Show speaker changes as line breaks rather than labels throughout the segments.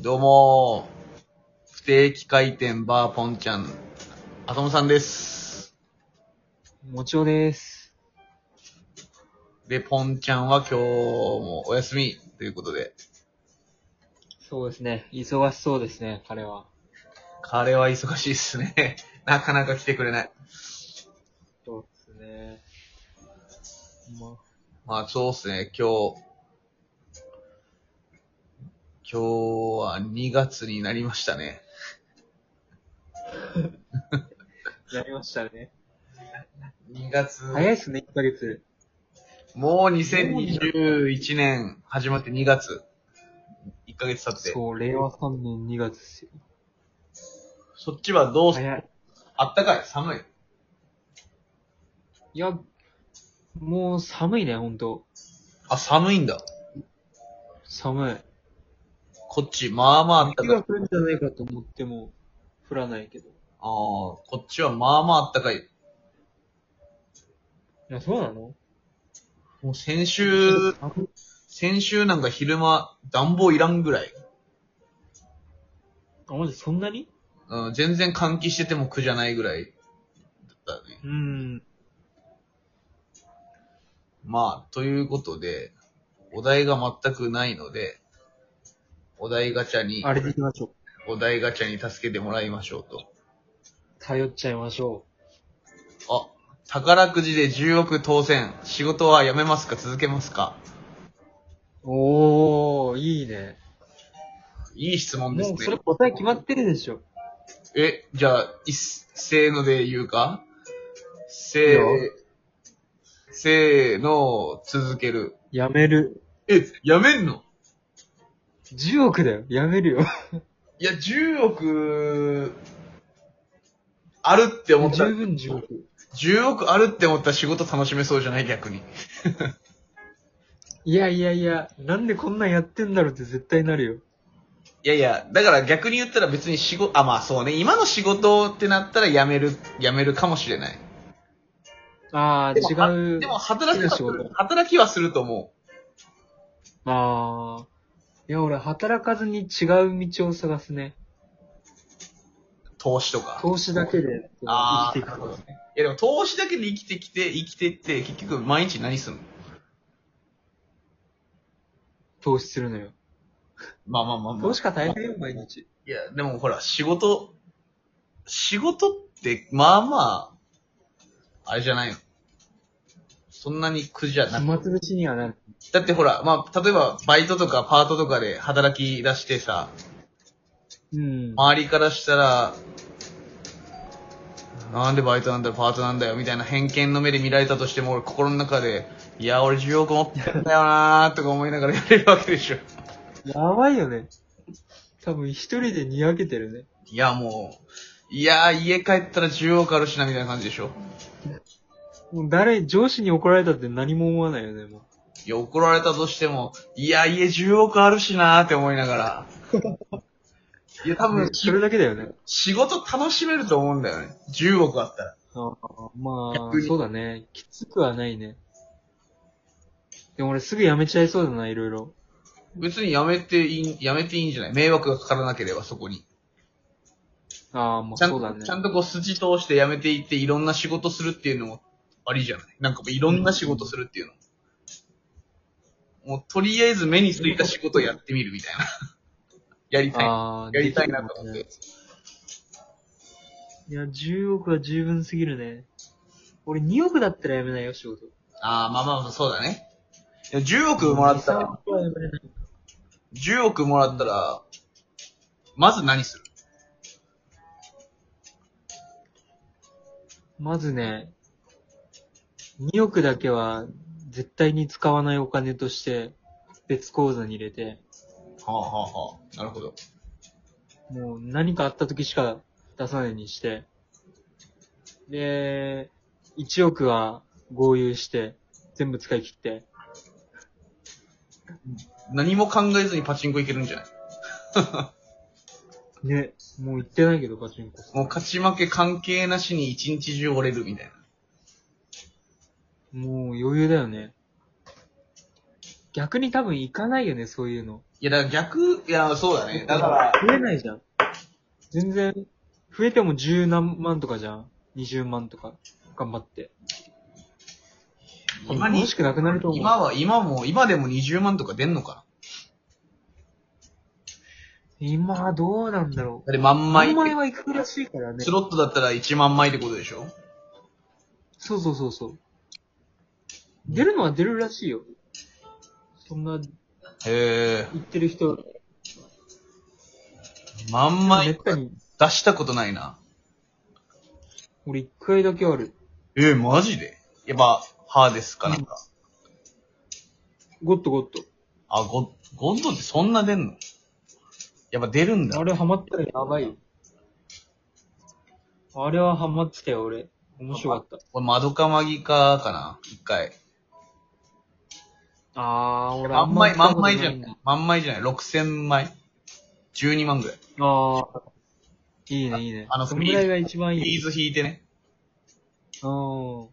どうもー不定期回転バーポンちゃん、浅野さんです。
もちおです。
で、ポンちゃんは今日もお休みということで、
そうですね。忙しそうですね、彼は。
彼は忙しいっすね。 なかなか来てくれない。
そうですね。ま
まあそうっすね、今日、今日は2月になりましたね。
あ、やりましたね。
2月、
早いっすね、1ヶ月。
もう2021年始まって2月。1ヶ月経って。
そう、令和3年2月っすよ。
そっちはどうす
早い。
あったかい寒い
いや、もう寒いね、ほんと。
あ、寒いんだ。
寒い。
こっち、まあまああった
雪
かい。あ
が降るんじゃないかと思っても、降らないけど。い
あー、こっちはまあまああったかい。
や、そうなの
もう先週、
寒い
先週なんか昼間、暖房いらんぐらい。
あ、まじ、そんなに
うん、全然換気してても苦じゃないぐらい。だったね。
うん。
まあ、ということで、お題が全くないので、お題ガチャに
あ、れでいきましょう。
お題ガチャに助けてもらいましょうと。
頼っちゃいましょ
あ、宝くじで10億当選。仕事は辞めますか続けますか
う。おー、いいね。
いい質問です
も
ね
う。それ答え決まってるでしょ。
え、じゃあ、いっせーので言うか
いい
せ
よ
ー、せーの、続ける。
やめる。
え、やめんの
10億だよ。やめるよ。
いや、10億、あるって思っ
十
た。
分10億。
10億あるって思ったら仕事楽しめそうじゃない逆に。
いやいやいや、なんでこんなんやってんだろうって絶対なるよ。
いやいや、だから逆に言ったら別に仕事、あ、まあそうね、今の仕事ってなったら辞める、辞めるかもしれない。
ああ、
でもあ
違う。
でも働きは
好
す
きな仕
る
事、
働きはすると思
ああ。いや、俺、働かずに違う道を探すね。
う。投資とか。
投資だけで生
あ
き
あ、
ていくから。
いやでも投資だけで生きてきて、生きてって、結局毎日何すんの
投資するのよ。
まあまあまあまあ
投。資家大変よ、毎日。
いや、でもほら、仕事、仕事って、まあまあ、あれじゃないの。そんなに苦じゃなく
暇つぶしにはなる。
だってほら、まあ、例えば、バイトとかパートとかで働き出してさ、
うん。
周りからしたら、なんでバイトなんだよ、パートなんだよ、みたいな偏見の目で見られたとしても、俺心の中で、いや、俺10億持ってんだよなーとか思いながらやれるわけでしょ。
やばいよね。多分、一人でにやけてるね。
いや、もう、いや、家帰ったら10億あるしな、みたいな感じでしょ。
もう誰、上司に怒られたって何も思わないよね、もう。
いや、怒られたとしても、いや、家10億あるしなーって思いながら。 いや、多分
ね、それだけだよね。
仕事楽しめると思うんだよね。10億あったら。
ああ、まあ
逆に、
そうだね。きつくはないね。でも俺すぐ辞めちゃいそうだな、いろいろ。
別にやめていい、やめていいんじゃない迷惑がかからなければ、そこに。
ああ、ま
ちゃ
あ
ん
そうだ
と、
ね
ち。ゃんとこう筋通してやめていって、いろんな仕事するっていうのもありじゃないなんかもういろんな仕事するっていうの。もうとりあえず目についた仕事やってみるみたいな。 やりたい。
ああ、
やりたい
でき
な
る
と
か
思
も
っ
ね
て。
いや、10億は十分すぎるね。俺2億だったら辞めないよ、仕事。
ああ、まあまあまあ、そうだね。いや10億もらった
2
ら、
億は辞めれない。
10億もらったら、まず何する
まずね、2億だけは絶対に使わないお金として別口座に入れて、
はあはあはあ。なるほど。
もう何かあった時しか出さないようにして、で、1億は合流して、全部使い切って、
何も考えずにパチンコ行けるんじゃない
ね、もう行ってないけど、パチンコ。
もう勝ち負け関係なしに一日中折れるみたいな。
もう余裕だよね。逆に多分行かないよね、そういうの。
いや、だから逆、いや、そうだね。だから、
増えないじゃん。全然、増えても10何万とかじゃん。20万とか。頑張って。
今
楽
に
し、くなくなると思う。
今は、今も、今でも20万とか出んのか
今はどうなんだろ
な。だって万
う。
枚
万
って
枚は行くらしいからね
ス。ロットだったら1万枚ってことでしょ
そうそうそうそう。出るのは出るらしいよ。そんな、
へえ。
言ってる人、
万
め
枚
ったに、
出したことないな。
俺一回だけある。
ええマジでやっぱ、ハーですかなんか。
ゴッドゴッド。
あ、ゴゴッドってそんな出んのやっぱ出るんだ
あ。れハマったらやばいよ。あれはハマってたよ、俺。面白かっ
俺、マドカマギカかな一回。
た。あー、俺
万枚、万枚じゃ
ん
ない。万枚じゃない。6000枚。12万ぐらい。
あー。いいね、いいね。
あの
そのぐらいが一
フ
番いい
リ
よ。
ーズ引いてね。
うん。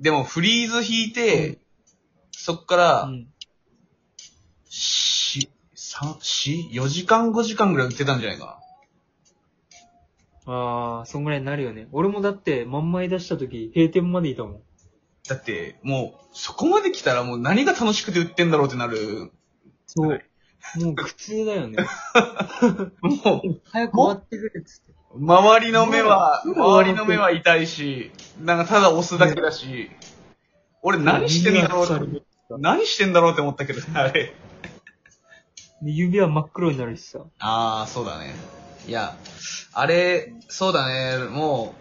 でも、フリーズ引いて、そっから、
うん。
し、三、し、4時間5時間ぐらい売ってたんじゃないか
あー、そんぐらいになるよね。俺もだって、万枚出した時、閉店までいたもん。
な。だって、もう、そこまで来たらもう何が楽しくて売ってんだろうってなる。
そう。もう苦痛だよね。
も
早く終わってくれっつって。
う、周りの目は、
うん
周りの目は痛いし、なんかただ押すだけだし、俺何してんだろうって、
う
何してんだろうって思ったけど、あれ。
指は真っ黒になるしさ。
ああ、そうだね。いや、あれ、そうだね、も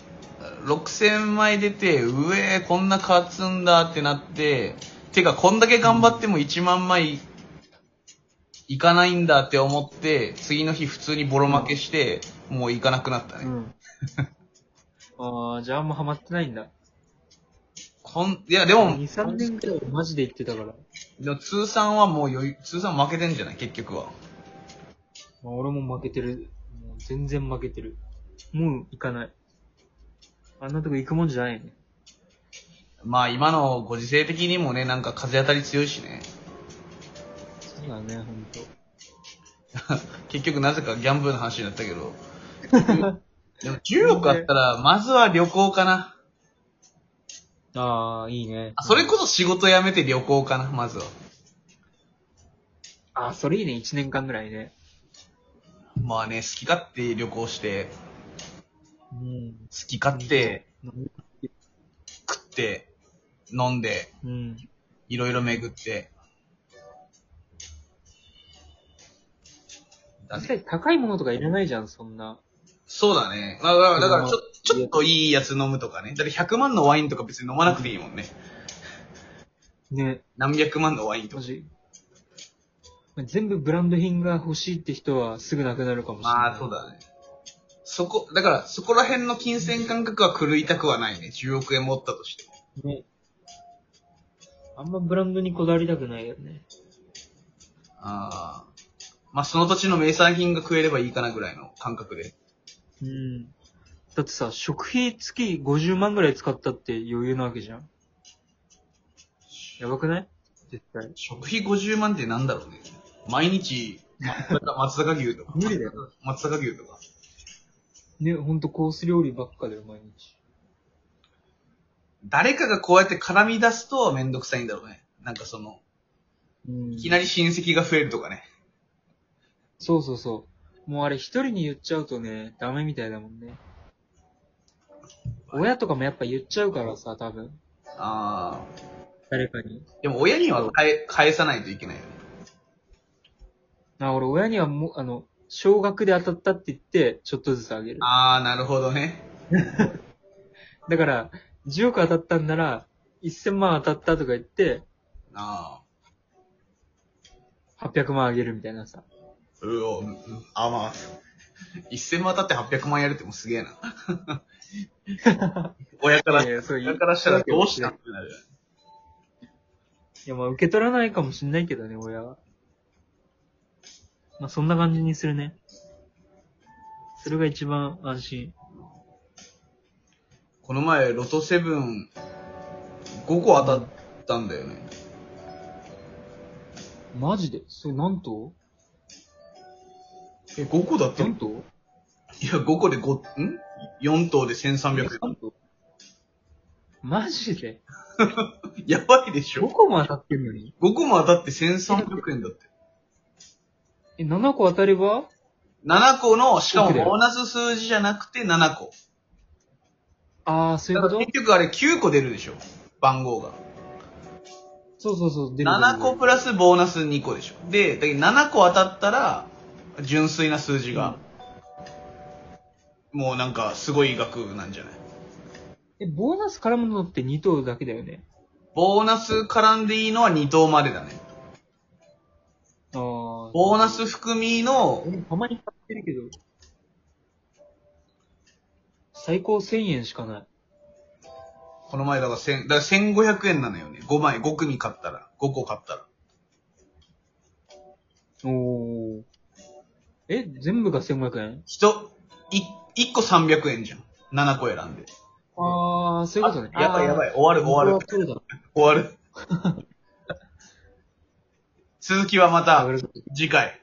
う、6000枚出て、うえー、こんな勝つんだってなって、てか、こんだけ頑張っても1万枚いかないんだって思って、次の日普通にボロ負けして、もういかなくなったね。
ん。あー、じゃああんまハマってないんだ。
こん、いや、でも、
2、3年くらいマジで言ってたから。ま
でも通算はもう余裕、通算負けてんじゃない結局は。
あ、俺も負けてる。もう全然負けてる。もう行かない。あんなとこ行くもんじゃないよね。
まあ、今のご時世的にもね、なんか風当たり強いしね。
そうだね、ほんと。
結局なぜかギャンブルの話になったけど。でも10億あったら、まずは旅行かな。
あー、いいね。
あそれこそ仕事辞めて旅行かな、まずは。
あー、それいいね、1年間ぐらいね。
まあね、好き勝手旅行して、
うん。
好き勝手食って、飲んで、
うん。
いろいろ巡って。だ
確かに高いものとかいらないじゃん、そんな。
そうだね。まあ、だからだからちょ
うん、
ちょっといいやつ飲むとかね。だって100万のワインとか別に飲まなくていいもんね。
ね、
何百万のワインと
マ
か。
ジ。全部ブランド品が欲しいって人はすぐなくなるかもしれない。
まあ、そうだね。そこ、だから、そこら辺の金銭感覚は狂いたくはないね。10億円持ったとしても。
ね。あんまブランドにこだわりたくないよね。
ああ。まあ、その土地の名産品が食えればいいかなぐらいの感覚で。
うん。だってさ、食費月50万ぐらい使ったって余裕なわけじゃん。やばくない絶対。
食費50万ってなんだろうね。毎日、松坂 松坂牛とか。
無理だよ。
松坂牛とか。
ね、ほんとコース料理ばっかだよ、毎日。
誰かがこうやって絡み出すとめんどくさいんだろうね。なんかその、
うん
いきなり親戚が増えるとかね。
そうそうそう。もうあれ一人に言っちゃうとね、ダメみたいだもんね。親とかもやっぱ言っちゃうからさ、多分。
あ
誰かに。
あ。でも親には返返さないといけないよね。
あ、俺親にはもう、あの、少額で当たったって言って、ちょっとずつあげる。
ああ、なるほどね。
だから、10億当たったんなら、1000万当たったとか言って、
ああ。
800万あげるみたいなさ。
うお、うんあ、まあ、1000万当たって800万やるってもうすげえな。 親から、
いやいやそういう
親からしたらどうしたってなる。
いや、まあ受け取らないかもしんないけどね、親は。まあそんな感じにするね。それが一番安心。
この前、ロトセブン、5個当たったんだよね。
マジでそれ何頭
え、5個だったの
?4 頭
いや、5個で5、ん ?4 頭で1300
?3 頭マジで
円。やばいでし
?5
ょ
個も当たってんのに
?5 個も当たって1300円だって。
え、7個当たれば
7個の、しかも
僕だよ
ボーナス数字じゃなくて7個。
あー、そういう
だ
こ
から
と
結局あれ9個出るでしょ番号が。
そうそうそう、出る
7個
出る
プラスボーナス2個でしょ。で、だけど7個当たったら、純粋な数字が、もうなんかすごい額なんじゃない
出るえ、ボーナス絡むのって2頭だけだよね。
ボーナス絡んでいいのは2等までだね。
あー。
ボーナス含みの、
俺もたまに買ってるけど。最高1000円しかない。
この前だから千、だから1500円なのよね。5枚、5組買ったら、5個買ったら。
おー。え、全部が1500円
人、い、1個300円じゃん。7個選んで。
あー、そういうことね。
あやばいやば
い。
い、終わる終わる、
る。だ
終わる。続きはまた
上が、る
次回。